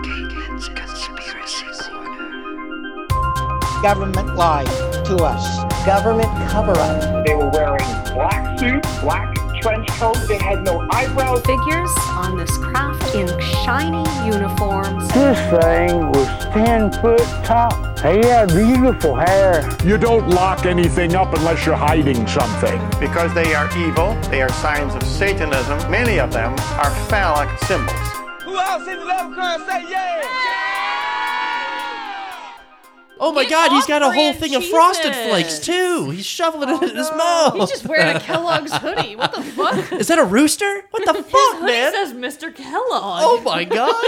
Cons- Conspiracy Corner. government lied to us. government cover-up. They were wearing black suits, black trench coats. They had no eyebrows. figures on this craft in shiny uniforms. This thing was 10 foot tall. He had beautiful hair. You don't lock anything up unless you're hiding something. Because they are evil, they are signs of Satanism. Many of them are phallic symbols. Oh my Get god, he's got a whole off-brand thing of frosted flakes cheeses. too. He's shoveling it in his mouth. Oh, He's just wearing a Kellogg's hoodie. What the fuck? Is that a rooster? What the His fuck, hoodie man? says Mr. Kellogg. Oh my god.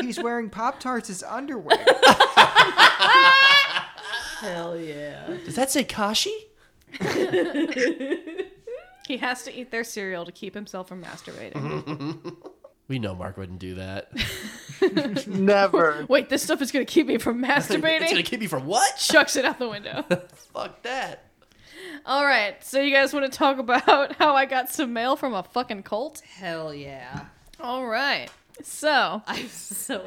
He's wearing Pop Tarts as underwear. Hell yeah. Does that say Kashi? He has to eat their cereal to keep himself from masturbating. Mm-hmm. We know Mark wouldn't do that. Never. Wait, this stuff is going to keep me from masturbating? It's gonna keep me from what? Chucks it out the window. Fuck that. All right, so you guys want to talk about how I got some mail from a fucking cult? Hell yeah. All right. So, I'm so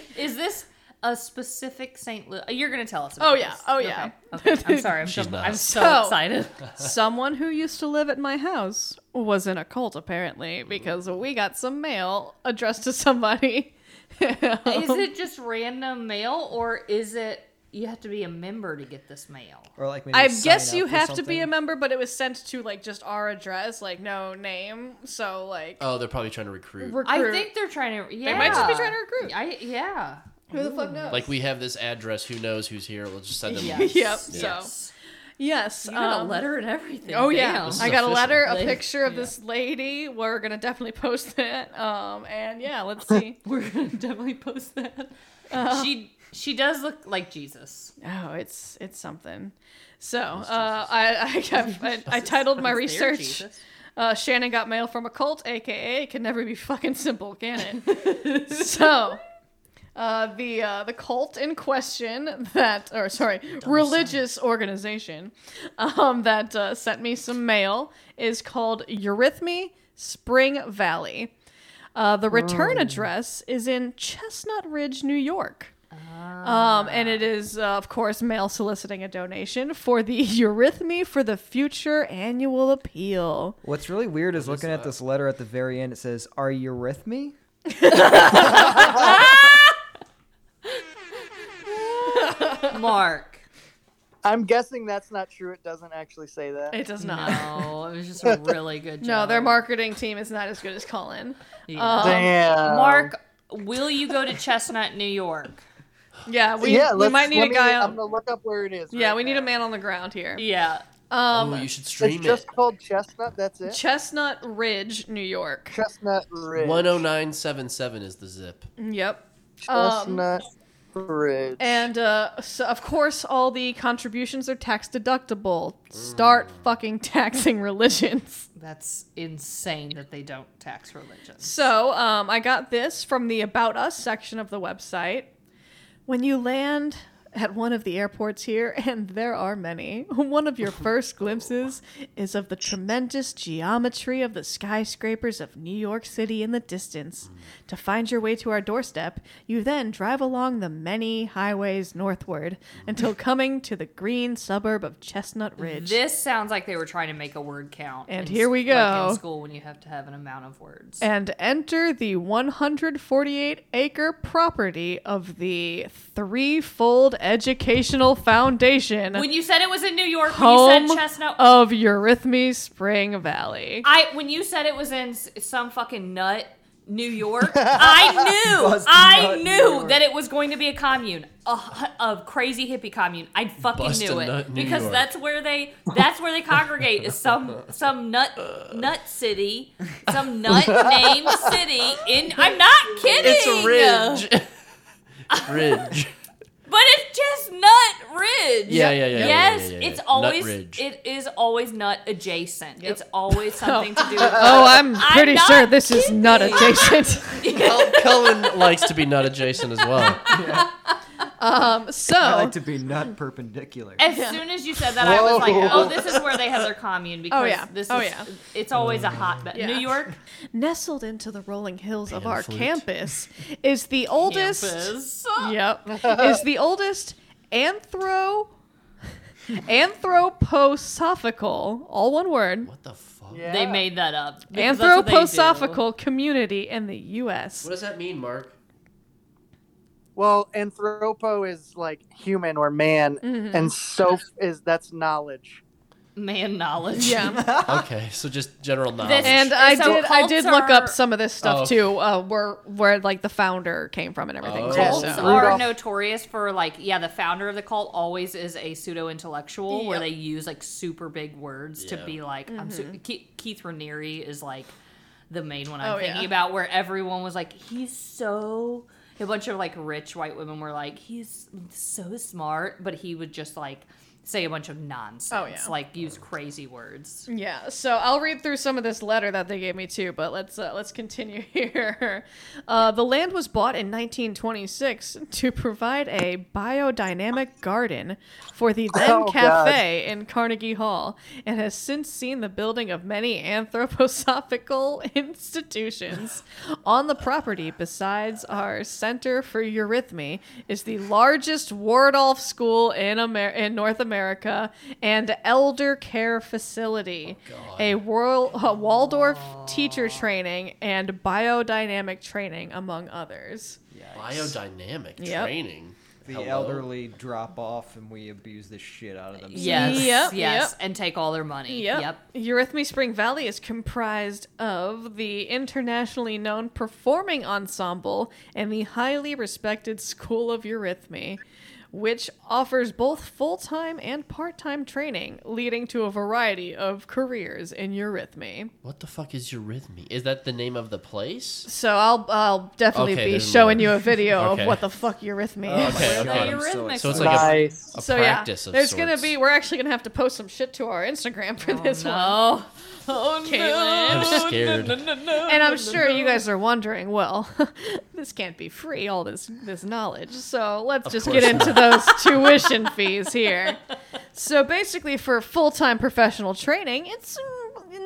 I. Is this a specific St. Louis? You're going to tell us about Oh, yeah. this. Oh, yeah. Okay. okay. I'm sorry. I'm, so, She's not. I'm so, So- excited. Someone who used to live at my house was in a cult, apparently, because we got some mail addressed to somebody. is it just random mail or is it you have to be a member to get this mail? or like maybe I sign guess up you or have to be a something. member, but it was sent to like just our address, like no name. So like, Oh, they're probably trying to recruit. I recruit. think they're trying to. Yeah. might just be trying to recruit. I, yeah. who the fuck knows? Like we have this address, who knows who's here? We'll just send them. Yes. yep. So yes, You got um, a letter and everything. Oh yeah, Damn. This is I got a official. letter, a Like, picture of this lady. We're gonna definitely post that. Um, and yeah, let's see. We're gonna definitely post that. Uh-huh. she she does look like Jesus. oh, it's it's something. So uh, I I, kept, I I titled my It's their research. Jesus. Uh, Shannon got mail from a cult, aka it can never be fucking simple, can it? so, uh, the uh, the cult in question that, or sorry, religious organization um, that uh, sent me some mail is called Eurythmy Spring Valley. Uh, the return address is in Chestnut Ridge, New York. Um, and it is, uh, of course, mail soliciting a donation for the Eurythmy for the Future annual appeal. What's really weird is looking at this letter at the very end. It says, "Are you with me?" Mark. I'm guessing that's not true. It doesn't actually say that. It does not. No, Oh, it was just a really good job. No, their marketing team is not as good as Colin. Yeah. Oh. Um, Damn. Mark, will you go to Chestnut, New York? Yeah, we, yeah, we let's- might need let a me- guy I'm on. gonna look up where it is. Yeah, right we need a now. man on the ground here. Yeah. Um, Oh, you should stream It's just it. called Chestnut. That's it. Chestnut Ridge, New York. Chestnut Ridge. 10977 is the zip. Yep. Chestnut Ridge. Um, And uh, so of course, all the contributions are tax deductible. Start fucking taxing religions. That's insane that they don't tax religion. So um, I got this from the About Us section of the website. When you land at one of the airports here, and there are many, one of your first glimpses is of the tremendous geometry of the skyscrapers of New York City in the distance. To find your way to our doorstep, you then drive along the many highways northward until coming to the green suburb of Chestnut Ridge. This sounds like they were trying to make a word count. And in here we s- like go. in school when you have to have an amount of words. and enter the 148 acre property of the Threefold Educational Foundation, when you said it was in New York, when home you said Chestnut, of Eurythmy Spring Valley. I when you said it was in s- some fucking nut New York, I knew, Bust I nut New knew York. that it was going to be a commune, a, hu- a crazy hippie commune. I fucking Bust knew a it nut New because York. that's where they that's where they congregate is some some nut nut city, some nut named city in. I'm not kidding. It's a ridge. ridge. But it's just Nut Ridge. Yeah, yeah, yeah, yeah, yeah, Yes, yeah, yeah, yeah. it's Nut always Ridge. it is always nut adjacent. It's always something to do. with Oh, I'm pretty not sure this is not adjacent. Col- Cullen likes to be nut adjacent as well. Um, so I like to be not perpendicular. As soon as you said that, I was like, "Oh, this is where they have their commune because Oh, yeah. this is Oh, yeah. it's always a hotbed. Yeah. New York nestled into the rolling hills of our flute. campus is the oldest. campus. Yep, is the oldest anthro anthroposophical, all one word, What the fuck? They made that up. because that's what they do. anthroposophical community in the U.S. What does that mean, Mark? Well, anthropo is like human or man, Mm-hmm. and soph is that's knowledge. man knowledge. Yeah, Okay, so just general knowledge. This- and I So did. I did look up cults are- some of this stuff Oh. too, uh, where where like the founder came from and everything. Oh. too, Cults so- are Rudolph. notorious for like yeah, the founder of the cult always is a pseudo intellectual where Yep. they use like super big words Yeah. to be like I'm Mm-hmm. su- Ke- Keith Raniere is like the main one Oh, I'm yeah. thinking about where everyone was like he's so a bunch of like rich white women were like he's so smart but he would just like say a bunch of nonsense Oh, yeah. like use crazy words. Yeah, so I'll read through some of this letter that they gave me too, but let's uh, let's continue here. Uh, the land was bought in 1926 to provide a biodynamic garden for the then Oh, cafe in Carnegie Hall, and has since seen the building of many anthroposophical institutions on the property. Besides our Center for Eurythmy, is the largest Wardolf school in Amer- in North America and elder care facility, a, Wor- a Waldorf teacher training and biodynamic training among others. Biodynamic Yep. training. the Hello? elderly drop off, and we abuse the shit out of them. Yes, Yep, yes, yep. and take all their money. yep. Eurythmy Spring Valley is comprised of the internationally known performing ensemble and the highly respected School of Eurythmy, which offers both full time and part time training, leading to a variety of careers in Eurythmy. What the fuck is Eurythmy? Is that the name of the place? So I'll, I'll definitely Okay, be there's showing more. you a video Okay. of what the fuck Eurythmy is. Okay, God, okay. I'm so Eurythmics. So it's like a, Nice. a So yeah, practice of there's gonna sorts. be we're actually gonna have to post some shit to our Instagram for this one. No. Oh Caitlin. I'm scared. and I'm sure you guys are wondering, well, this can't be free, all this this knowledge. So let's just course get into those tuition fees here. So basically, for full time professional training, it's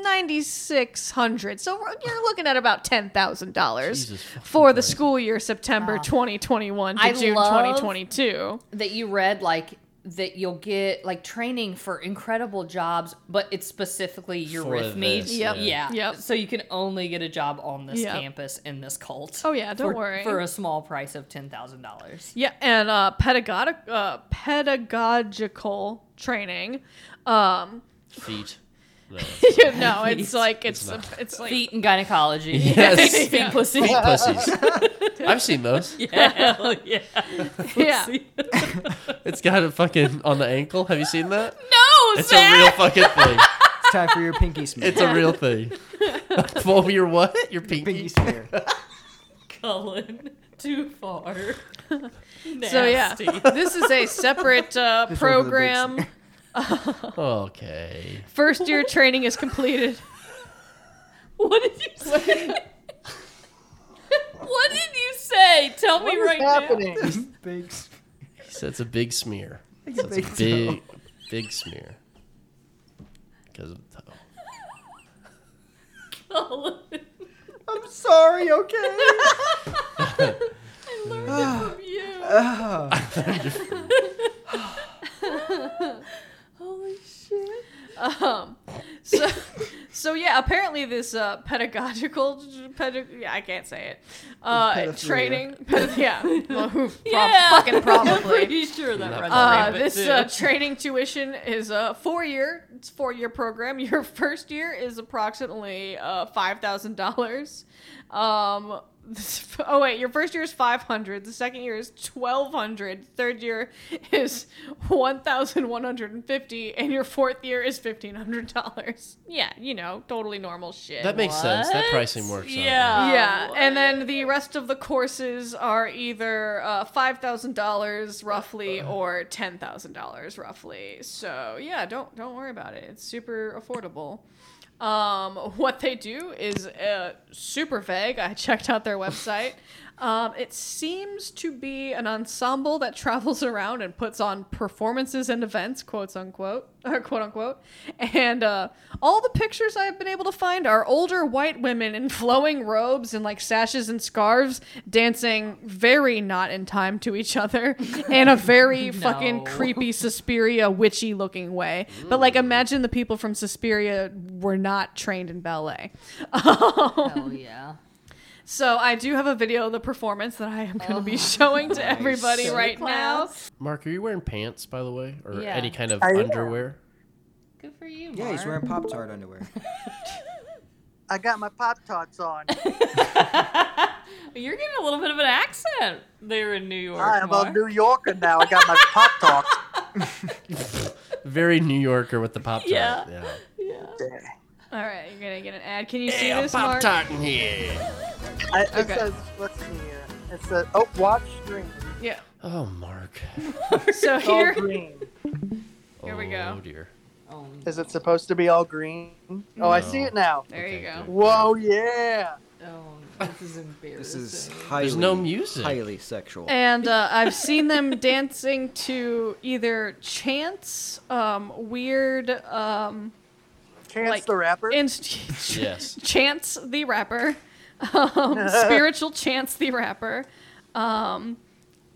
ninety six hundred. So we're- you're looking at about ten thousand dollars Jesus fucking Ah. for the school year September twenty twenty one to I June love- twenty twenty two. that you read like that you'll get like training for incredible jobs, but it's specifically your For with me. this, Yep. Yeah. yeah. Yep. So you can only get a job on this Yep. campus in this cult. Oh, yeah, don't for, worry. For a small price of ten thousand dollars. Yeah, and uh, pedagogic uh, pedagogical training. Um, Feet. No. no, it's like it's it's, like Feet and gynecology. Yes. Feet pussy. Feet pussies. I've seen those. Hell yeah. yeah. It's got a fucking on the ankle. Have you seen that? No, It's a real fucking thing. It's time for your pinky smear. It's a real thing. Well, your what? Your pinky. pinky smear. Cullen. Too far. So yeah, this is a separate uh, program. Okay. First year training is completed. What did you say? what did you say? Tell me right Happening. Big smear. He said it's a big smear. So big it's a big, big smear. Because of the toe. now. Cullen. I'm sorry, okay? Um, So, so yeah, apparently this uh, pedagogical pedag- yeah, I can't say it. Uh, Pedophilia. training, ped- yeah, well, who, prob- Yeah. fucking probably. Pretty sure that runs Uh, uh, this uh, training tuition is a four year. It's four year program. Your first year is approximately uh, five thousand dollars. Um, this- oh wait, your first year is five hundred. The second year is twelve hundred. Third year is one thousand one hundred and fifty, and your fourth year is fifteen hundred dollars. Yeah, you know, totally normal shit. Um, That makes sense. That What? pricing works out. Yeah. Yeah, and then the rest of the courses are either uh, five thousand dollars roughly or ten thousand dollars roughly. So yeah, don't don't worry about it. It's super affordable. Um, what they do is uh, super vague. I checked out their website. Um, it seems to be an ensemble that travels around and puts on performances and events, quotes unquote, or quote unquote. And uh, all the pictures I've been able to find are older white women in flowing robes and like sashes and scarves, dancing very not in time to each other in a very fucking creepy Suspiria witchy looking way. But Mm. like, imagine the people from Suspiria were not trained in ballet. Hell yeah. So I do have a video of the performance that I am going to Oh, be showing to everybody Nice. right now. Mark, are you wearing pants, by the way, or Yeah. any kind of I am. underwear? Good for you, Yeah, he's Mark. wearing Pop Tart underwear. I got my Pop Tarts on. You're getting a little bit of an accent there in New York. I am a Mark. New Yorker now. I got my Pop Tarts. Very New Yorker with the pop tart. Yeah. yeah. All right, you're going to get an ad. Can you see this, pop Mark? tart in here. I, it Okay. says, let's see here. It says, oh, watch stream. Yeah. Oh, Mark. So All here, green. Here we Oh go. dear. Is it supposed to be all green? Oh, I see it now. there you Okay, go. good. Whoa, yeah. Oh, this is embarrassing. This is highly no music. Highly sexual. And uh, I've seen them dancing to either chants, um, weird, um, Chance Like, the Rapper. inst- Yes. Chance the rapper, um, spiritual Chance the rapper.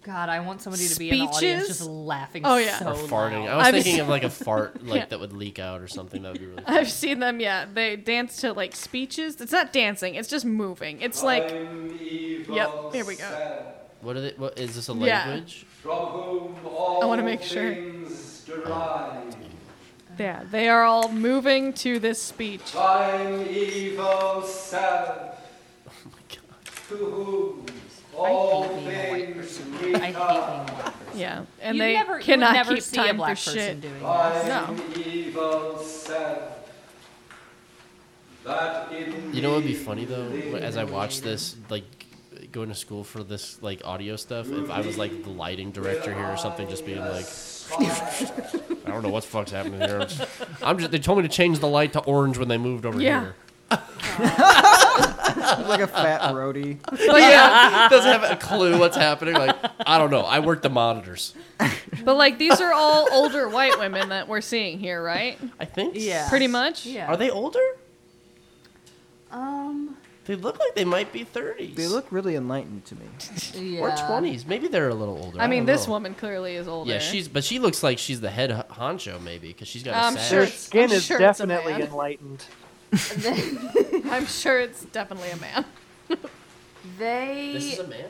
God, I want somebody to be in the audience Speeches? just laughing Oh, yeah. so Or farting. I loud. was I've thinking seen- of like a fart like that would leak out or something. That would be really funny. I've seen them, yeah. They dance to like speeches. It's not dancing, it's just moving. It's like. Yep, here we go. What are they what is this a Yeah. language? I want to make sure. Yeah, they are all moving to this speech. I hate being a white person. I hate being a black person. Yeah, and you they never, you would cannot never keep see time a black for person shit. doing this. No. You know what would be funny though? As I watch this, like going to school for this like audio stuff, if I was like the lighting director here or something, just being like, I don't know what the fuck's happening here. I'm just, I'm just- they told me to change the light to orange when they moved over Yeah. here. like a fat roadie. But yeah, Doesn't have a clue what's happening. Like I don't know. I work the monitors. but like these are all older white women that we're seeing here, right? I think. Yeah. Pretty much. Yeah. Are they older? Um. They look like they might be thirties. They look really enlightened to me. Yeah. or twenties. Maybe they're a little older. I mean, don't this know. woman clearly is older. Yeah, she's but she looks like she's the head h- honcho maybe because she's got a I'm sash. sure Their it's- skin I'm is sure it's a definitely man. enlightened. I'm sure it's definitely a man. They. This is a man.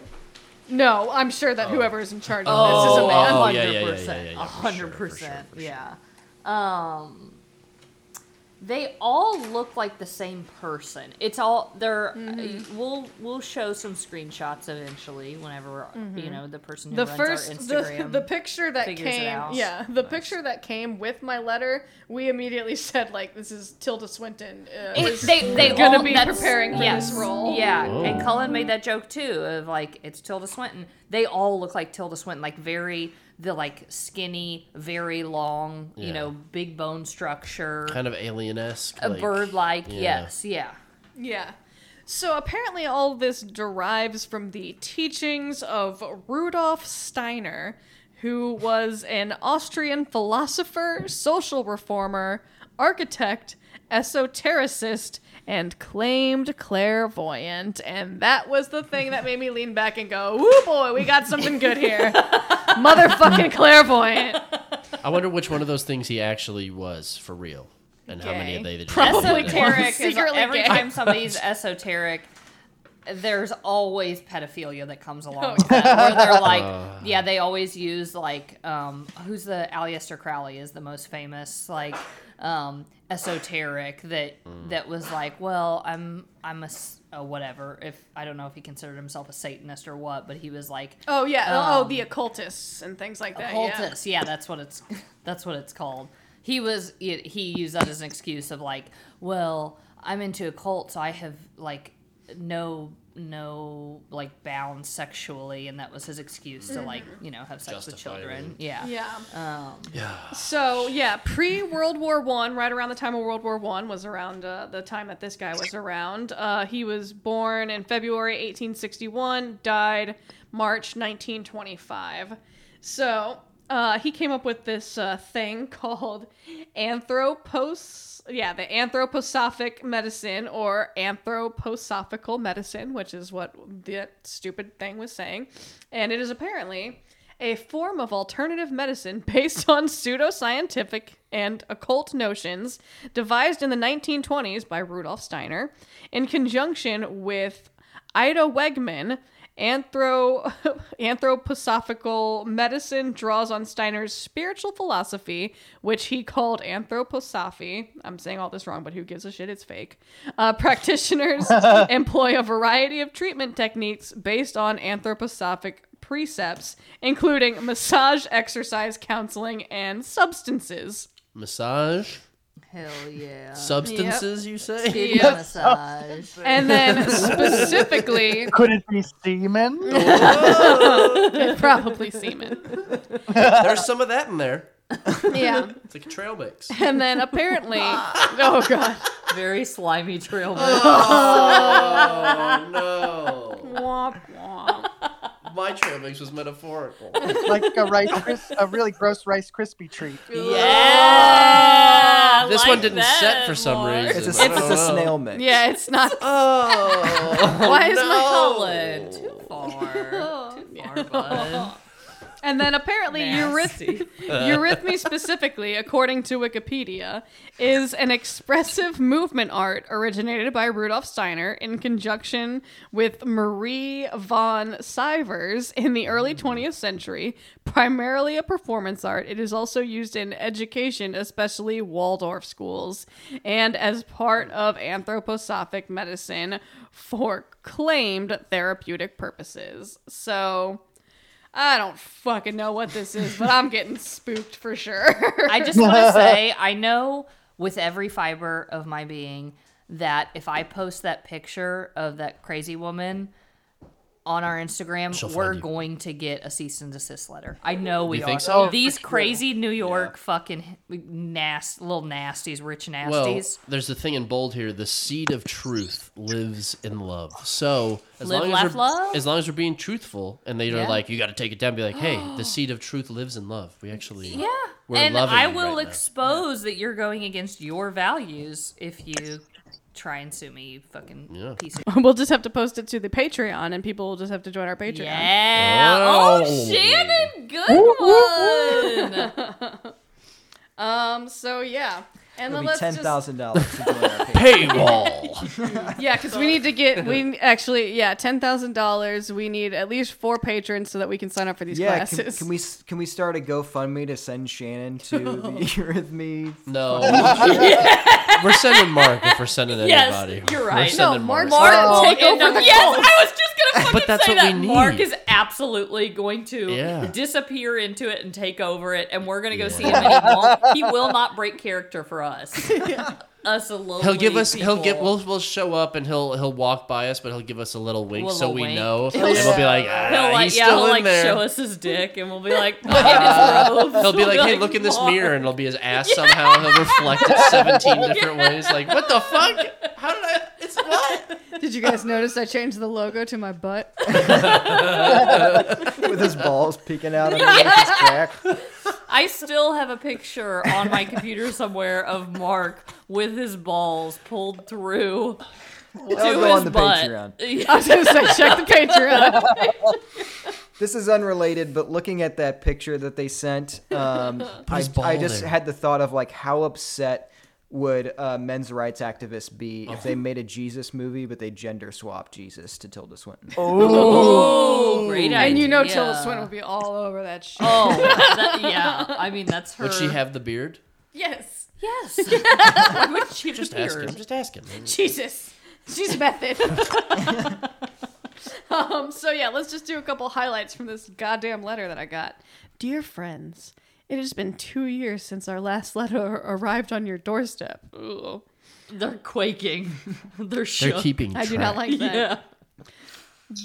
No, I'm sure that whoever is in charge of this is a Oh, man. Oh, yeah, yeah, yeah, yeah, yeah, yeah, 100%. for sure, 100%. for sure, for sure. Yeah. Um. They all look like the same person. It's all they're. Mm-hmm. We'll we'll show some screenshots eventually whenever you know the person who Mm-hmm. the runs our first the, Instagram. the picture that figures it came out. yeah the picture that came with my letter we immediately said like this is tilda swinton uh, It- is they they gonna all- be that's- preparing for yes, this role Yeah, Whoa. and Cullen made that joke too of like it's Tilda Swinton. They all look like Tilda Swinton, like very the like skinny, very long, Yeah. you know, big bone structure, Kind of alien esque. a bird like. yeah. Yes, yeah. yeah so apparently all this derives from the teachings of rudolf steiner who was an austrian philosopher social reformer architect esotericist and claimed clairvoyant and that was the thing that made me lean back and go woo boy we got something good here motherfucking clairvoyant I wonder which one of those things he actually was for real, and how many Gay. of they did. Probably yeah. Derek is Secretly, every gay. time somebody's esoteric, there's always pedophilia that comes along Oh, with that. Where they're like, yeah, they always use like, um, who's the Aleister Crowley is the most famous like um, esoteric that that was like, well, I'm I'm a, s- a whatever. If I don't know if he considered himself a Satanist or what, but he was like Oh yeah. oh, the occultists and things like that. Uh, yeah. Cultus, yeah. that's what it's that's what it's called. He was he he used that as an excuse of like, well, I'm into occult, so I have like no no like bounds sexually and that was his excuse to like you know have sex with Justify children it. yeah Yeah. um So yeah, pre World War One, right around the time of World War One was around uh, the time that this guy was around. Uh, he was born in February 1861, died March 1925. So uh, he came up with this uh, thing called anthropos, yeah, the anthroposophic medicine or anthroposophical medicine, which is what the stupid thing was saying, and it is apparently a form of alternative medicine based on pseudoscientific and occult notions devised in the 1920s by Rudolf Steiner in conjunction with Ida Wegman. Anthro- anthroposophical medicine draws on Steiner's spiritual philosophy, which he called anthroposophy. I'm saying all this wrong, but who gives a shit? It's fake. Uh, practitioners employ a variety of treatment techniques based on anthroposophic precepts, including massage, exercise, counseling, and substances. Massage hell yeah substances, you say? Yep. massage And then specifically, Could it be semen? probably semen. There's some of that in there. Yeah. It's like a trail mix. And then apparently, oh god. very slimy trail Oh no! Womp, womp. My trail mix was metaphorical. like a rice, Kris- a really gross Rice crispy treat. yeah this one didn't set for some reason. It's a, I don't it's a know. snail mix. Yeah, it's not. Oh, Why is my no. too far too far bud. And then apparently, Nasty. euryth- eurythmy specifically, according to Wikipedia, is an expressive movement art originated by Rudolf Steiner in conjunction with Marie von Sivers in the early 20th century. Primarily a performance art, it is also used in education, especially Waldorf schools, and as part of anthroposophic medicine for claimed therapeutic purposes. So. I don't fucking know what this is, but I'm getting spooked for sure. I just want to say, I know with every fiber of my being that if I post that picture of that crazy woman on our Instagram, She'll find we're you. going to get a cease and desist letter. I know we You are. think so? These crazy New York fucking nasty little nasties, rich Well, nasties. there's a thing in bold here. The seed of truth lives in love. So as Live, long as laugh, we're, love? as long as we're being truthful, and they Yeah. are like, you got to take it down. Be like, hey, the seed of truth lives in love. We actually, yeah, we're and loving I you will right now. expose that you're going against your values if you try and sue me, you fucking Yeah. piece of we'll just have to post it to the Patreon, and people will just have to join our Patreon. Yeah. Oh. Oh, Shannon, good one. Um. So yeah, and It'll then be let's ten just thousand dollars to join our page. paywall. yeah, because we need to get we actually yeah ten thousand dollars. We need at least four patrons so that we can sign up for these Yeah, can, classes. can we s- can we start a GoFundMe to send Shannon to the Eurythmy? no, we're sending Mark if we're sending Yes, anybody. you're We're right. sending No, Mark. Oh, Mark's Oh, Mark, will take end over up- the um, yes, cult. I was just gonna fucking that's say what we that. Mark need. is absolutely going to Yeah. disappear into it and take over it, and we're gonna go see him. And he, won't, he will not break character for us. us a little. He'll give us. He'll get. We'll we'll show up and he'll he'll walk by us, but he'll give us a little wink We'll so little we wink. know, and we'll be like, ah, He'll like, he's yeah, still he'll in like there. show us his dick, and we'll be like, "Behind his robes." He'll be We'll like, hey, look in this "Mark." mirror, and it'll be his ass somehow. He'll reflect it 17 different ways. Like, what the fuck? How did I? It's what? Did you guys notice I changed the logo to my butt? with his balls peeking out underneath his crack. I still have a picture on my computer somewhere of Mark with his balls pulled through to That'll go his on the butt. Patreon. I was gonna say check the Patreon. This is unrelated, but looking at that picture that they sent, um, I, his ball I just there. had the thought of like how upset would uh, men's rights activists be if they made a Jesus movie but they gender swapped Jesus to Tilda Swinton? Oh, great idea. and you know Tilda Swinton will be all over that shit. Oh, that, yeah. I mean, that's her. Would she have the beard? Yes, Yes. Why would she Just ask him. Just ask him. Jesus. She's method. um, so yeah, let's just do a couple highlights from this goddamn letter that I got. Dear friends, it has been two years since our last letter arrived on your doorstep. Ooh, They're quaking. They're shook. They're keeping. I do not like that. yeah.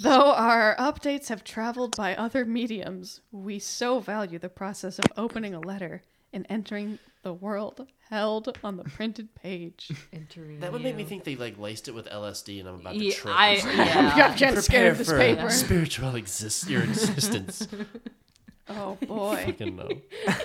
Though our updates have traveled by other mediums, we so value the process of opening a letter and entering the world held on the printed page. Entering That would make me think they like laced it with LSD, and I'm about to Yeah, trip. I- or something. yeah. I'm getting Prepare scared of this for paper. Spiritual exist your existence. Oh boy. Fucking um, no.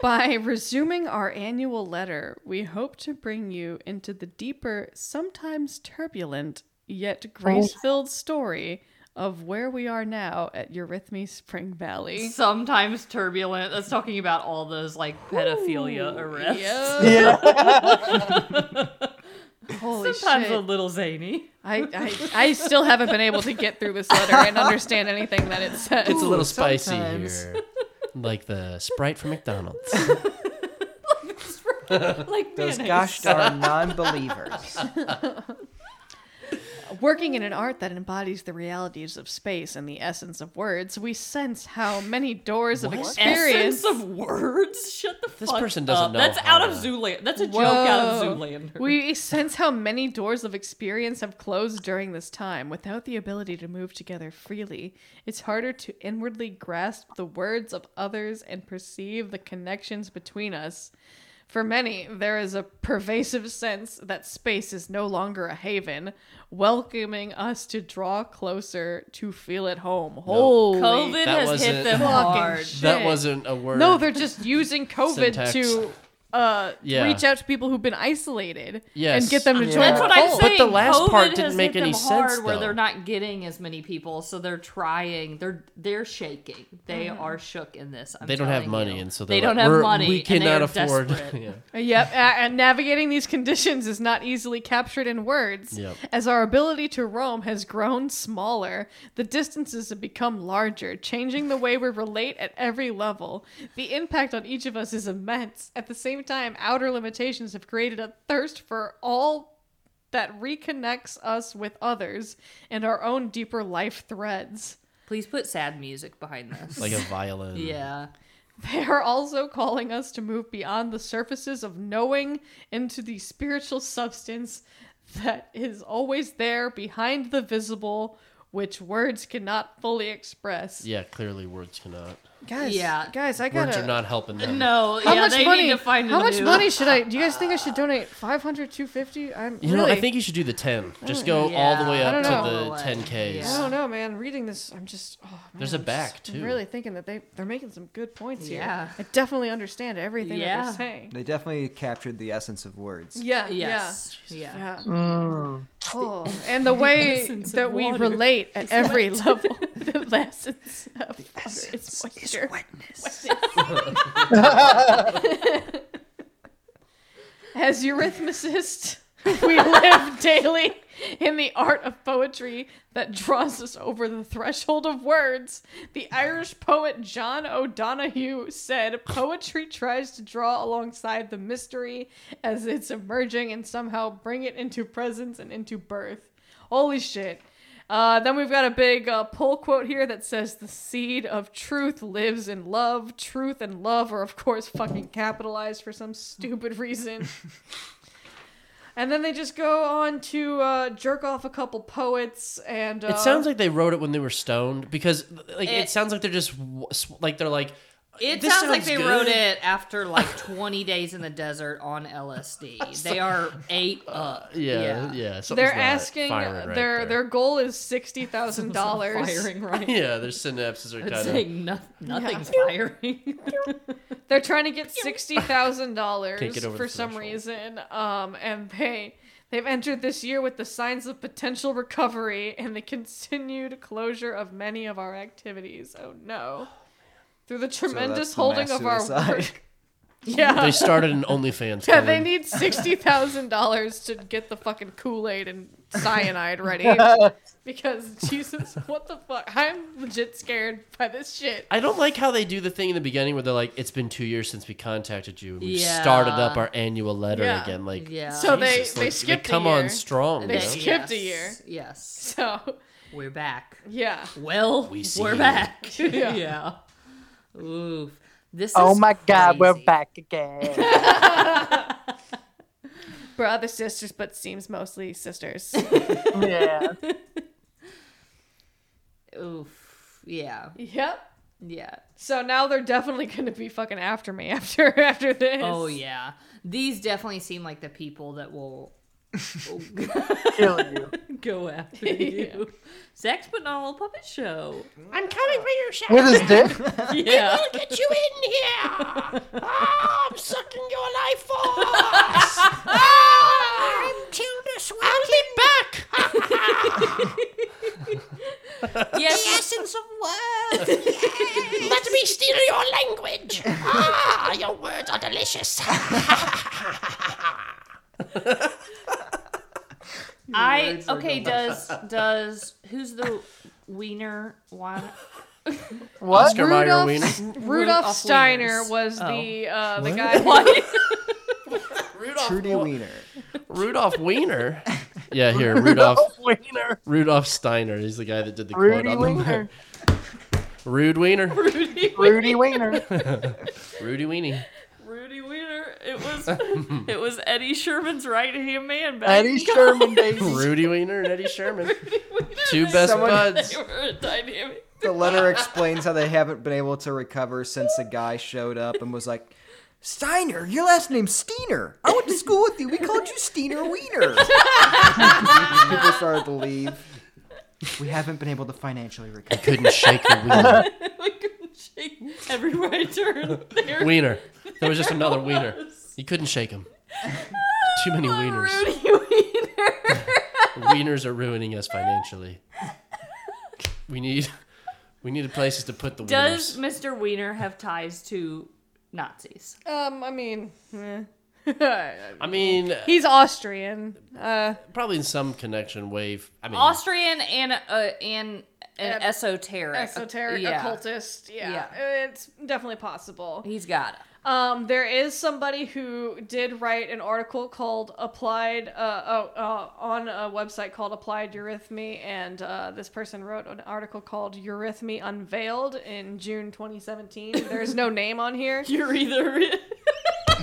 By resuming our annual letter, we hope to bring you into the deeper, sometimes turbulent, yet grace filled story of where we are now at Eurythmy Spring Valley. Sometimes turbulent. That's talking about all those like pedophilia arrests. Holy Sometimes shit. a little zany. I, I, I still haven't been able to get through this letter and understand anything that it says. It's a little spicy here, like the Sprite from McDonald's. like Those gosh darn non-believers. Working in an art that embodies the realities of space and the essence of words, we sense how many doors of What? experience Essence of words. Shut the This fuck person doesn't up. know That's how out of to- Zoolander. That's a joke out of Whoa. Zoolander. We sense how many doors of experience have closed during this time. Without the ability to move together freely, it's harder to inwardly grasp the words of others and perceive the connections between us. For many, there is a pervasive sense that space is no longer a haven, welcoming us to draw closer to feel at home. Holy COVID That has hit wasn't- them fucking hard. That shit. wasn't a word. No, they're just using COVID Syntax. to uh, Yeah. reach out to people who've been isolated Yes. and get them to Yeah. join. That's the what I'm cult. saying. But the last COVID part has didn't make hit any them hard sense, Where though. they're not getting as many people, so they're trying. They're they're shaking. They are shook in this. I'm They don't have telling money, you. and so they they're don't like, have "We're- money. We and they cannot are afford. desperate. Yeah. Yep, a- and navigating these conditions is not easily captured in words. Yep. As our ability to roam has grown smaller, the distances have become larger, changing the way we relate at every level. The impact on each of us is immense. At the same time, outer limitations have created a thirst for all that reconnects us with others and our own deeper life threads. Please put sad music behind this. Like a violin. yeah. They are also calling us to move beyond the surfaces of knowing into the spiritual substance that is always there behind the visible, which words cannot fully express. Yeah, clearly words cannot. Guys, Yeah. guys, I Words gotta. are not helping them. No. how yeah, much they money? Need to find a how much new- money should I? Do you guys think I should donate 500, 250? I'm You really, know, I think you should do the 10. Just go all the way I up don't to know. the 10Ks. I don't know, man. Reading this, I'm just. Oh, man, There's a I'm back, just- I'm too. really thinking that they they're making some good points here. Yeah. I definitely understand everything that Yeah. they're saying. They definitely captured the essence of words. Yeah. Yeah. Yes. Yeah. Yeah. Oh, and the way essence of that we water relate at every level, the lessons of water is moisture. Wetness. As eurythmicists, we live daily in the art of poetry that draws us over the threshold of words. The Irish poet John O'Donohue said, Poetry tries to draw alongside the mystery as it's emerging and somehow bring it into presence and into birth. Holy shit. Uh, then we've got a big uh, pull quote here that says, The seed of truth lives in love. Truth and love are, of course, fucking capitalized for some stupid reason. and then they just go on to uh, jerk off a couple poets and. Uh, It sounds like they wrote it when they were stoned because like it, It- sounds like they're just w- sw- like they're like It "This sounds, like they good." wrote it after like 20 days in the desert on LSD. they are eight up. Yeah, yeah. something's They're not asking firing right their there. their goal is sixty thousand dollars. Firing right. yeah, their synapses are It's kind like of no, nothing's firing. They're trying to get sixty thousand dollars Can't get over for the some threshold. reason. Um, and they they've entered this year with the signs of potential recovery and the continued closure of many of our activities. Oh no! Through the tremendous the holding mass of our suicide. work. Yeah. they started an OnlyFans. yeah, they clan. need sixty thousand dollars to get the fucking Kool Aid and cyanide ready. because Jesus, what the fuck? I'm legit scared by this shit. I don't like how they do the thing in the beginning where they're like, "It's been two years since we contacted you. We Yeah. started up our annual letter Yeah. again." Like, Yeah. So they- Jesus, they like, skipped a come year. on strong. They you know? skipped a year. Yes. So We're back. yeah. Well, We we see are you. back. Yeah. yeah. Oof. This Oh is my god, we're crazy. back again. brother sisters but seems mostly sisters yeah. Oof. Yeah. Yep. Yeah. So now they're definitely going to be fucking after me after after this. Oh yeah. These definitely seem like the people that will Kill you. go after you. Sex but not all puppet show. I'm coming for your shit. With his dick? Yeah. I'll get you in here. Ah, I'm sucking your life force. Ah, I'm Tilda Swinton. I'll be back. Yes. essence of words. Let me steal your language. Ah, your words are delicious. I okay. Does does who's the wiener one? What? Oscar Mayer Wiener. Rudolph Rudolph Steiner Wieners. was Oh. the uh, the What? guy. Rudolph, Trudy Wiener. Rudolph Wiener. Yeah, here Rudolph Wiener. Rudolph Steiner. He's the guy that did the quote Rudy on the back. Wiener. Rude Wiener. Rudy Wiener. Rudy Weenie. Rudy Wiener. It was it was Eddie Sherman's right hand man back. Eddie Sherman, baby. Rudy Wiener and Eddie Sherman. Two best Someone- buds. were dynamic. The letter explains how they haven't been able to recover since a guy showed up and was like, Steiner, your last name's Steiner. I went to school with you. We called you Steiner Wiener. People started to leave. We haven't been able to financially recover. Couldn't shake the wiener. I couldn't shake everywhere I turned. There Wiener. There was just another wiener. You couldn't shake him. Too many wieners. Rudy Wiener. Wieners are ruining us financially. We need we need places to put the Does wieners. Mr. Wiener have ties to Nazis? um, I mean, eh. I mean, he's Austrian. Uh, probably in some connection wave. I mean, Austrian and uh, and an esoteric. esoteric Yeah. occultist. Yeah, it's definitely possible. He's got it. Um, there is somebody who did write an article called "Applied" uh, oh, uh, on a website called Applied Eurythmy, and uh, this person wrote an article called "Eurythmy Unveiled" in June 2017. There's no name on here. You're either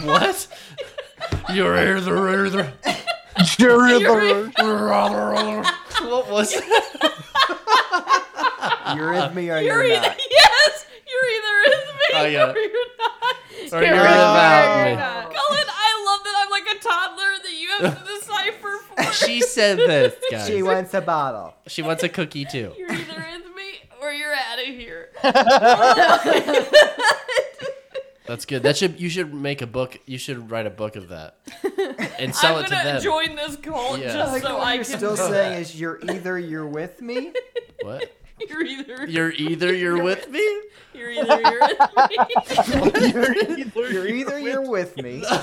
what? You're either, either. Jerubal. What was that? You're with me or you're you're either not. yes, you're either is me I got or it. you're not. Or you're You're about either me. not. Cullen, I love that I'm like a toddler that you have to decipher for. She said this, guys. She wants a bottle. She wants a cookie too. You're either with me or you're out of here. That's good. That should you should make a book. You should write a book of that and sell I'm it to them. gonna join this cult Yeah. just Like, so I You're can. still saying is you're either you're with me what? You're either You're either you're with me. you're either you're with me. You're either you're with me.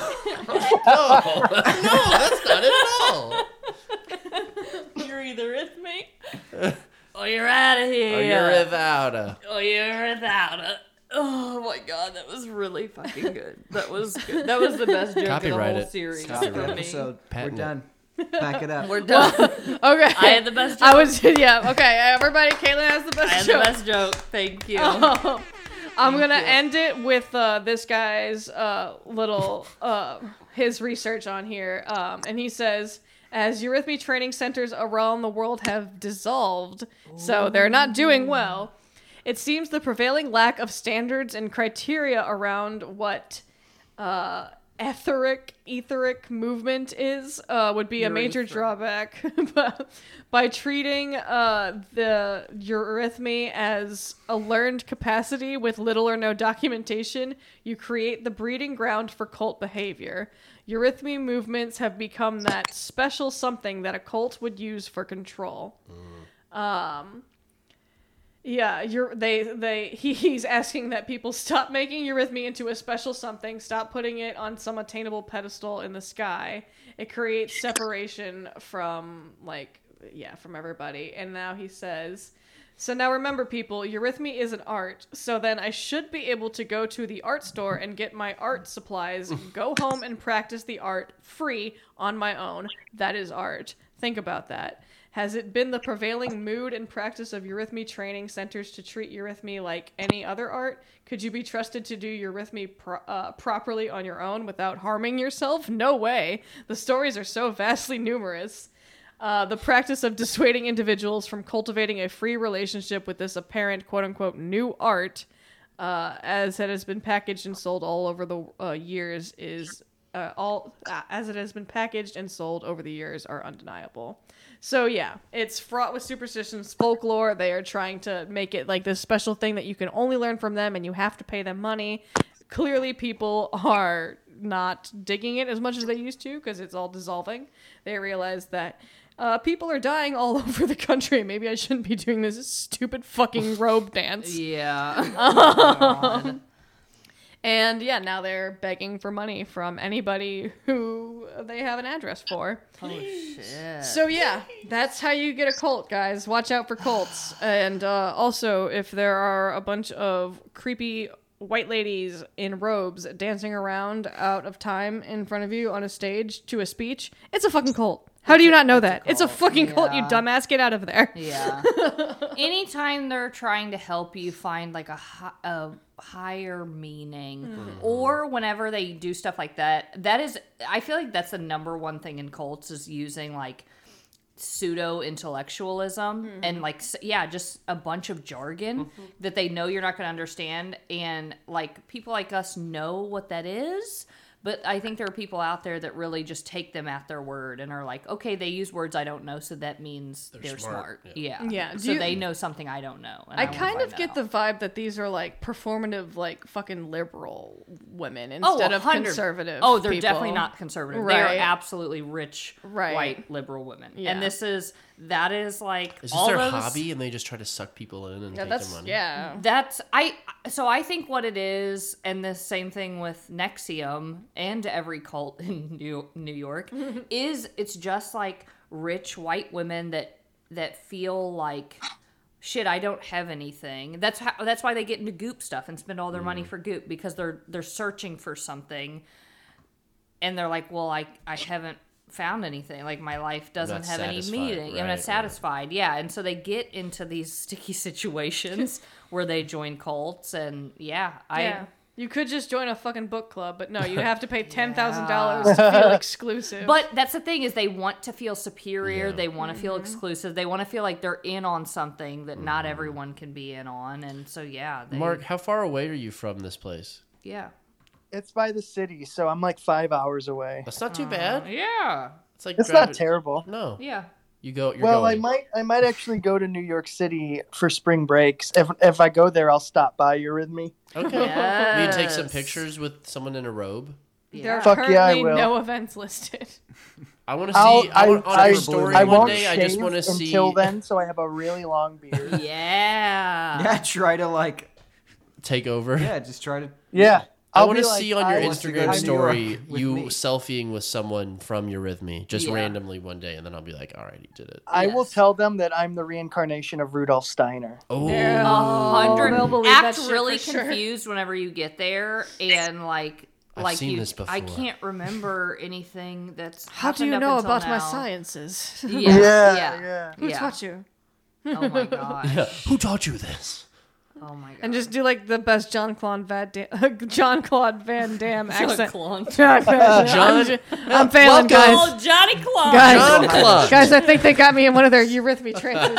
No, no, that's not it at all. You're either with me or you're out of here. Or You're without a. Oh, you're without it. Oh my god, that was really fucking good. That was good. that was the best joke in the Copyright whole it. series Copyright for it. me. Episode. Patent it. We're done. Back it up. We're done. Okay, I had the best joke. I was yeah. Okay, everybody, Caitlin has the best I had the joke. best joke. Thank you. Um, I'm gonna end it with uh, this guy's uh, little uh, his research on here, um, and he says. As Eurythmy training centers around the world have dissolved, so they're not doing well, it seems the prevailing lack of standards and criteria around what uh, etheric etheric movement is uh, would be a major drawback But by treating uh, the eurythmy as a learned capacity with little or no documentation you create the breeding ground for cult behavior eurythmy movements have become that special something that a cult would use for control yeah, you're they they he, he's asking that people stop making Eurythmy into a special something, stop putting it on some attainable pedestal in the sky. It creates separation from like yeah, from everybody. And now he says, so now remember people, Eurythmy is an art. So then I should be able to go to the art store and get my art supplies, go home and practice the art free on my own. That is art. Think about that. Has it been the prevailing mood and practice of eurythmy training centers to treat eurythmy like any other art? Could you be trusted to do eurythmy pro- uh, properly on your own without harming yourself? No way. The stories are so vastly numerous. Uh, the practice of dissuading individuals from cultivating a free relationship with this apparent "quote unquote" new art, uh, as it has been packaged and sold all over the uh, years, is uh, all uh, as it has been packaged and sold over the years are undeniable. So yeah, it's fraught with superstitions, folklore. They are trying to make it like this special thing that you can only learn from them, and you have to pay them money. Clearly, people are not digging it as much as they used to because it's all dissolving. They realize that uh, people are dying all over the country. Maybe I shouldn't be doing this stupid fucking robe dance. Yeah. Um, and yeah, now they're begging for money from anybody who they have an address for. Oh shit. So yeah, that's how you get a cult, guys. Watch out for cults. And uh, also, if there are a bunch of creepy white ladies in robes dancing around out of time in front of you on a stage to a speech, it's a fucking cult. How do you not know that? It's a fucking cult, you Yeah. dumbass. Get out of there. Yeah. Anytime they're trying to help you find like a, hi- a higher meaning, or whenever they do stuff like that, that is, I feel like that's the number one thing in cults is using like pseudo intellectualism and like, s- yeah, just a bunch of jargon that they know you're not going to understand. And like people like us know what that is. But I think there are people out there that really just take them at their word and are like, okay, they use words I don't know, so that means they're, smart. smart, Yeah. Yeah, do So you- they know something I don't know. and I wanna kind of find get out. the vibe that these are like performative, like fucking liberal women Oh, instead of 100 conservative. Oh, they're people. definitely not conservative. They are Right. absolutely rich, Right. white, liberal women. Yeah. And this is that is like Is this all their those- hobby and they just try to suck people in and Yeah, take that's their money? yeah. That's I. So I think what it is, and the same thing with Nexium and every cult in New New York, is it's just like rich white women that that feel like shit. I don't have anything. That's how. That's why they get into goop stuff and spend all their Mm. money for goop because they're they're searching for something, and they're like, well, I I haven't found anything. Like my life doesn't not have any satisfied, meaning. I'm right, not right. satisfied. Yeah, and so they get into these sticky situations where they join cults, and yeah, I yeah. You could just join a fucking book club, but no, you have to pay ten thousand dollars to feel exclusive. But that's the thing is they want to feel superior. They want to Mm-hmm. feel exclusive. They want to feel like they're in on something that Mm-hmm. not everyone can be in on. And so yeah, they, Mark, how far away are you from this place? yeah, It's by the city, so I'm like five hours away. That's not too bad. yeah, It's like It's not gravi- terrible. No, yeah. you go. You're Well, I going. might I might actually go to New York City for spring breaks. If if I go there, I'll stop by. You're with me? Okay. Will you take some Yes. pictures with someone in a robe? there are Fuck yeah, currently I will. no events listed. I want to I'll, see. I, I, want on I, your story I one won't day. I shave just want to see. until then, so I have a really long beard. Yeah. Yeah, try to like. Take over. Yeah, just try to. yeah, I I'll want be to like, see on I your want to go Instagram to New York. story with you me. selfieing with someone from Eurythmy just Yeah. randomly one day, and then I'll be like, "All right, you did it." I will Yes. tell them that I'm the reincarnation of Rudolf Steiner. Oh, Yeah. A hundred. they'll believe that act shit really for sure. confused whenever you get there, and like, I've like seen you, this I before. can't remember anything that's. How do you happened up know until about my now. sciences? Yeah, Yeah, yeah, yeah. Who yeah. taught you? Oh my god. Yeah. Who taught you this? Oh my god. And just do like the best John Claude Van Damme, John Claude Van Damme accent. John John, John- I'm failing, guys. Oh, Johnny Claw. Guys. John Club. Guys, I think they got me in one of their eurythmy trances.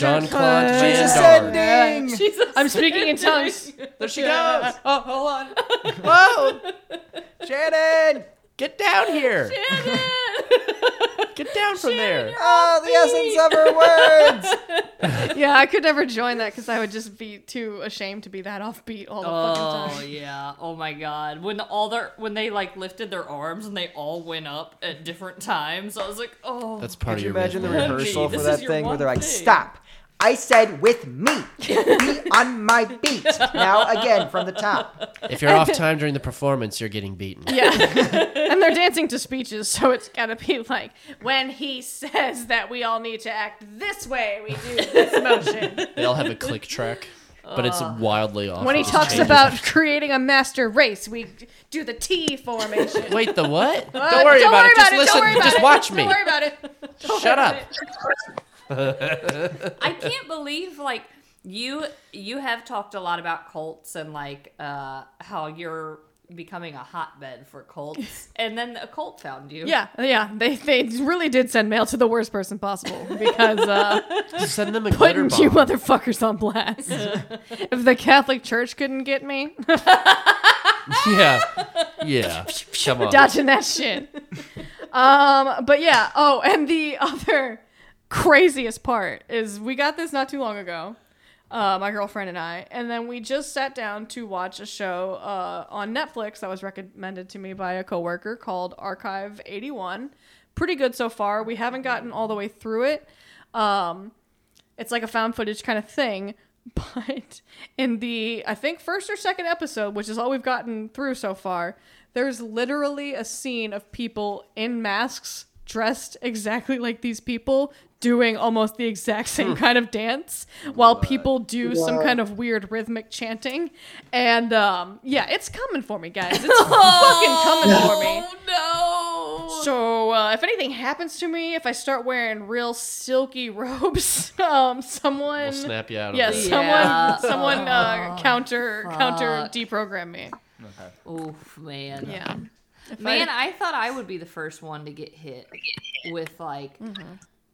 John Claude Van Jesus Damme. Ding! I'm speaking in tongues. There she goes. Oh, hold on. Oh, Whoa! Shannon! Get down here. Get down from there. Oh, the essence of her words! Yeah, I could never join that because I would just be too ashamed to be that offbeat all the fucking Oh time. yeah. Oh my god. When all their when they like lifted their arms and they all went up at different times, I was like, oh. That's part Could you of your imagine the rhythm. rehearsal This for is that your thing where one they're like, thing. stop? I said with me. Be on my beat. Now again from the top. If you're off time during the performance, you're getting beaten. Yeah. and they're dancing to speeches, so it's gotta be like, when he says that we all need to act this way, we do this motion. They all have a click track, but it's wildly off. when It he just talks changes. about creating a master race, we do the T formation. Wait, the what? Uh, don't worry about it. Just don't listen. worry about Just it, watch me. Don't worry about it. Don't Shut worry up. about it. I can't believe like you you have talked a lot about cults and like uh how your becoming a hotbed for cults, and then a cult found you. Yeah, yeah. They they really did send mail to the worst person possible because uh, send them a putting glitter you bomb. motherfuckers on blast. if the Catholic Church couldn't get me, yeah, yeah. Come on. dodging that shit. Um, but yeah. Oh, and the other craziest part is we got this not too long ago. Uh, my girlfriend and I, and then we just sat down to watch a show uh, on Netflix that was recommended to me by a coworker called Archive 81. Pretty good so far. We haven't gotten all the way through it. Um, it's like a found footage kind of thing, but in the I think first or second episode, which is all we've gotten through so far, there's literally a scene of people in masks dressed exactly like these people doing almost the exact same kind of dance while people do some What? kind of weird rhythmic chanting and um yeah it's coming for me guys it's fucking coming for me so uh, if anything happens to me if i start wearing real silky robes um someone We'll snap you out of yeah that. someone Yeah. someone uh, counter counter Fuck. deprogram me Oof, man. Yeah. If I- Man, I thought I would be the first one to get hit with like Mm-hmm.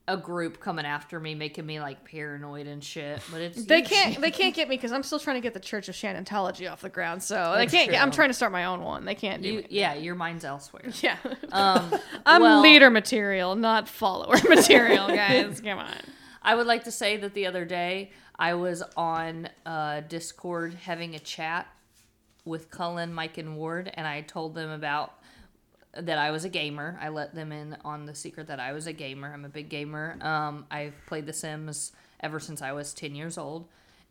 a group coming after me, making me like paranoid and shit. But it's They you. can't. They can't get me because I'm still trying to get the Church of Shannontology off the ground. So they That's can't. Get, I'm true. trying to start my own one. They can't do. You- it. yeah, your mind's elsewhere. Yeah. Um, I'm well- leader material, not follower material, guys. Come on. I would like to say that the other day I was on uh, Discord having a chat with Cullen, Mike, and Ward, and I told them about that I was a gamer. I let them in on the secret that I was a gamer. I'm a big gamer. Um, I've played The Sims ever since I was 10 years old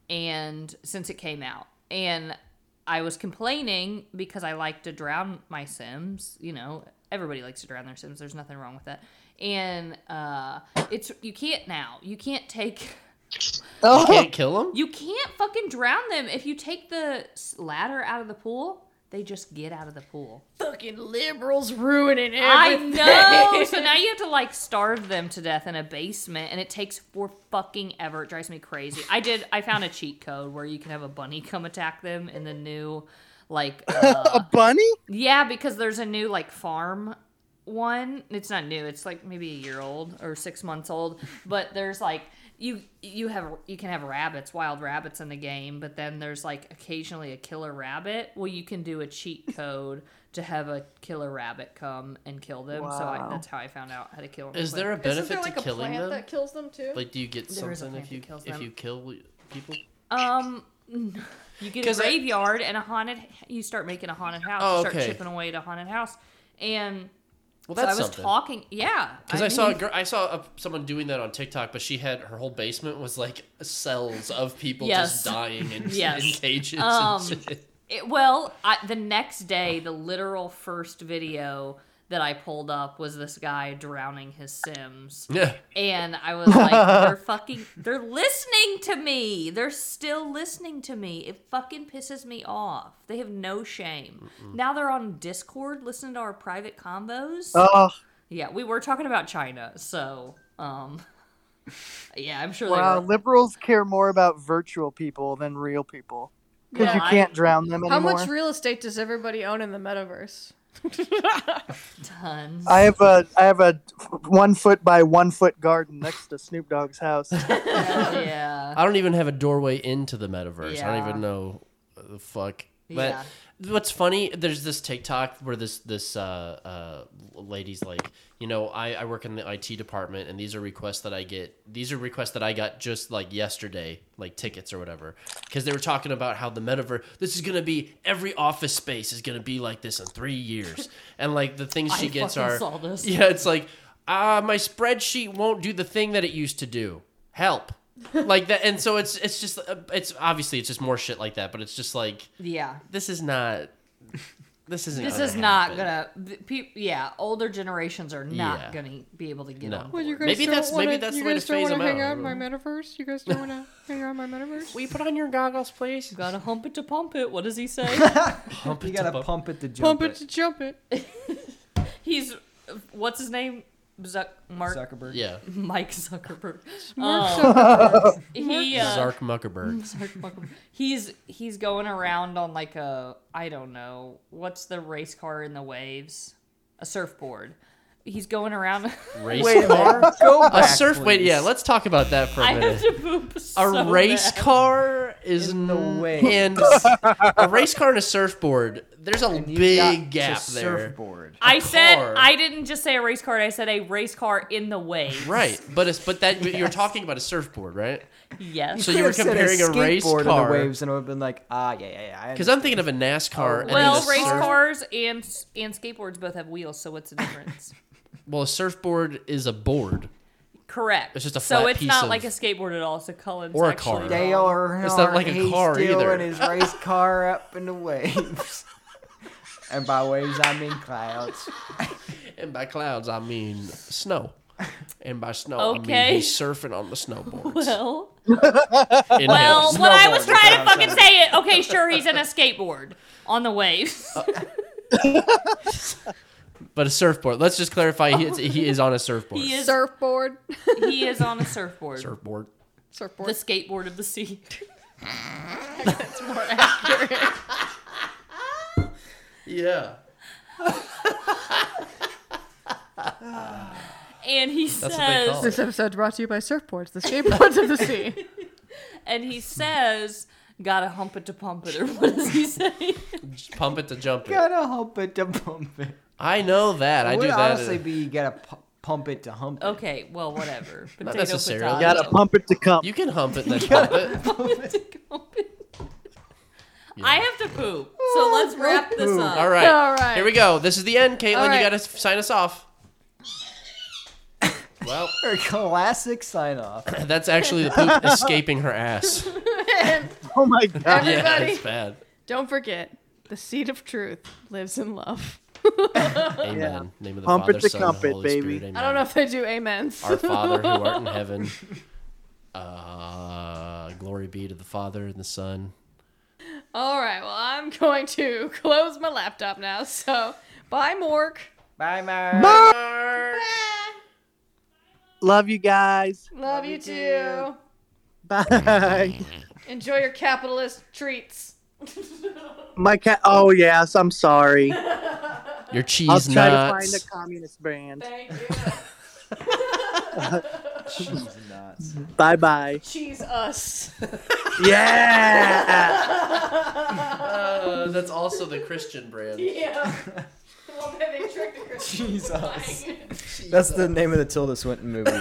and since it came out. And I was complaining because I like to drown my Sims. You know, everybody likes to drown their Sims. There's nothing wrong with that. And uh, it's you can't now. You can't take. Oh. You can't kill him. You can't fucking drown them. If you take the s- ladder out of the pool, they just get out of the pool. Fucking liberals ruining everything. I know. so now you have to like starve them to death in a basement, and it takes for fucking ever. It drives me crazy. I did. I found a cheat code where you can have a bunny come attack them in the new, like, uh, a bunny? yeah, because there's a new like farm one. It's not new. It's like maybe a year old or six months old. But there's like you you have you can have rabbits, wild rabbits in the game. But then there's like occasionally a killer rabbit. Well, you can do a cheat code to have a killer rabbit come and kill them. So I, Wow. that's how I found out how to kill them. Is there a benefit there, to like, a killing plant them? that kills them, too? Like, do you get There is a something plant if you that kills if them. you kill people? Um, you get a 'Cause I- graveyard and a haunted. You start making a haunted house. Oh, You okay. start chipping away at a haunted house, and Well, so I that's was something. talking. Yeah, Because I, saw a mean- girl, I saw a, someone doing that on TikTok, but she had her whole basement was like cells of people Yes. just dying in, Yes. in cages. Um, and shit. It, well, I, the next day, the literal first video that I pulled up was this guy drowning his Sims. Yeah. And I was like, they're fucking, they're listening to me. They're still listening to me. It fucking pisses me off. They have no shame. Now they're on Discord listening to our private combos. Oh. Yeah, we were talking about China, so, um, yeah, I'm sure Wow, they were. liberals care more about virtual people than real people because Yeah, you I- can't drown them How anymore. much real estate does everybody own in the metaverse? Tons. I have a I have a one foot by one foot garden next to Snoop Dogg's house. yeah. I don't even have a doorway into the metaverse. I don't Yeah. even know uh, the fuck. Yeah. But what's funny, there's this TikTok where this this uh, uh, lady's like, you know, I, I work in the IT department, and these are requests that I get. These are requests that I got just like yesterday, like tickets or whatever, because they were talking about how the metaverse. This is gonna be every office space is gonna be like this in three years, and like the things she I gets fucking are saw this. yeah, it's like ah, my spreadsheet won't do the thing that it used to do. Help, like that, and so it's it's just uh, it's obviously it's just more shit like that, but it's just like Yeah. this is not this isn't This gonna is not happen. gonna. th- Pe- yeah, older generations are not Yeah. gonna be able to get No. on. Well, board. you're gonna Maybe still that's- wanna- maybe that's the you way guys to still phase wanna 'em hang out. out in my metaverse? You guys don't want to hang out in my metaverse? Will you put on your goggles, please? Gotta hump it to pump it. What does he say? Pump you it gotta to bu- pump it to jump Pump it it. to jump it. He's what's his name? Zuck, Mark Zuckerberg? Yeah. Mike Zuckerberg. Mark Um, Oh. Zuckerberg. he uh, Mark Zuckerberg. Zuck Muckerberg. He's he's going around on like a I don't know what's the race car in the waves, a surfboard. He's going around Race car? a surf. Wait, yeah. Let's talk about that for a I minute. have to poop. a so race bad. car is in the way, and s- a race car and a surfboard. There's a big got gap to there. surfboard. I said car. I didn't just say a race car. I said a race car in the waves. Right, but it's but that you were talking about a surfboard, right? Yes. So you were comparing a race skateboard in the car- waves, and I would have been like, ah, yeah, yeah, yeah. I Because I'm thinking of a NASCAR. and then Oh, Well, a race surf- cars and and skateboards both have wheels, so what's the difference? Well, a surfboard is a board. Correct. It's just a so flat it's piece not of- like a skateboard at all. So Cullen's Or a actually car. wrong. Dale or It's not like a car either. And his race car up in the waves. and by waves, I mean clouds. And by clouds, I mean snow. And by snow, I mean Okay. he's surfing on the snowboard. Well, In well, heaven. what I Snowboard, was trying to that's what I'm fucking saying. say it. Okay, sure, he's in a skateboard on the waves. But a surfboard. Let's just clarify. He is, he is on a surfboard. he is surfboard. He is on a surfboard. Surfboard. Surfboard. The skateboard of the sea. That's more accurate. Yeah. And he That's what they says, call it. This episode brought to you by surfboards, the skateboards of the sea. and he says, "Gotta hump it to pump it," or what does he say? Just pump it to jump it. Gotta hump it to pump it. I know that. I would do that. honestly be you gotta pu- pump it to hump it. Okay, well, whatever. Not Potato, necessarily. potato. pump it to come. You can hump it and then pump it. I have to poop, so let's wrap this up. All right. All right. Here we go. This is the end, Caitlin. All right. You got to sign us off. Well, Classic sign off. that's actually the poop escaping her ass. And Oh my god. Yeah, Everybody. it's bad. don't forget, the seed of truth lives in love. Amen. Name of the Pump Father, it to Son, and cump it, Holy baby. Spirit. Amen. I don't know if they do amens. Our Father who art in heaven. Uh, glory be to the Father and the Son. All right, well, I'm going to close my laptop now. So, bye, Mork. Bye, Mark. Love you guys. Love, you too. Bye. Enjoy your capitalist treats. My cat. Oh yes, I'm sorry. Your cheese I'll try nuts. to find a communist brand. Thank you. Bye bye. Cheese us. Yeah. Uh, that's also the Christian brand. Yeah. The one that they tricked the Christmas Jesus. That's the name of the Tilda Swinton movie.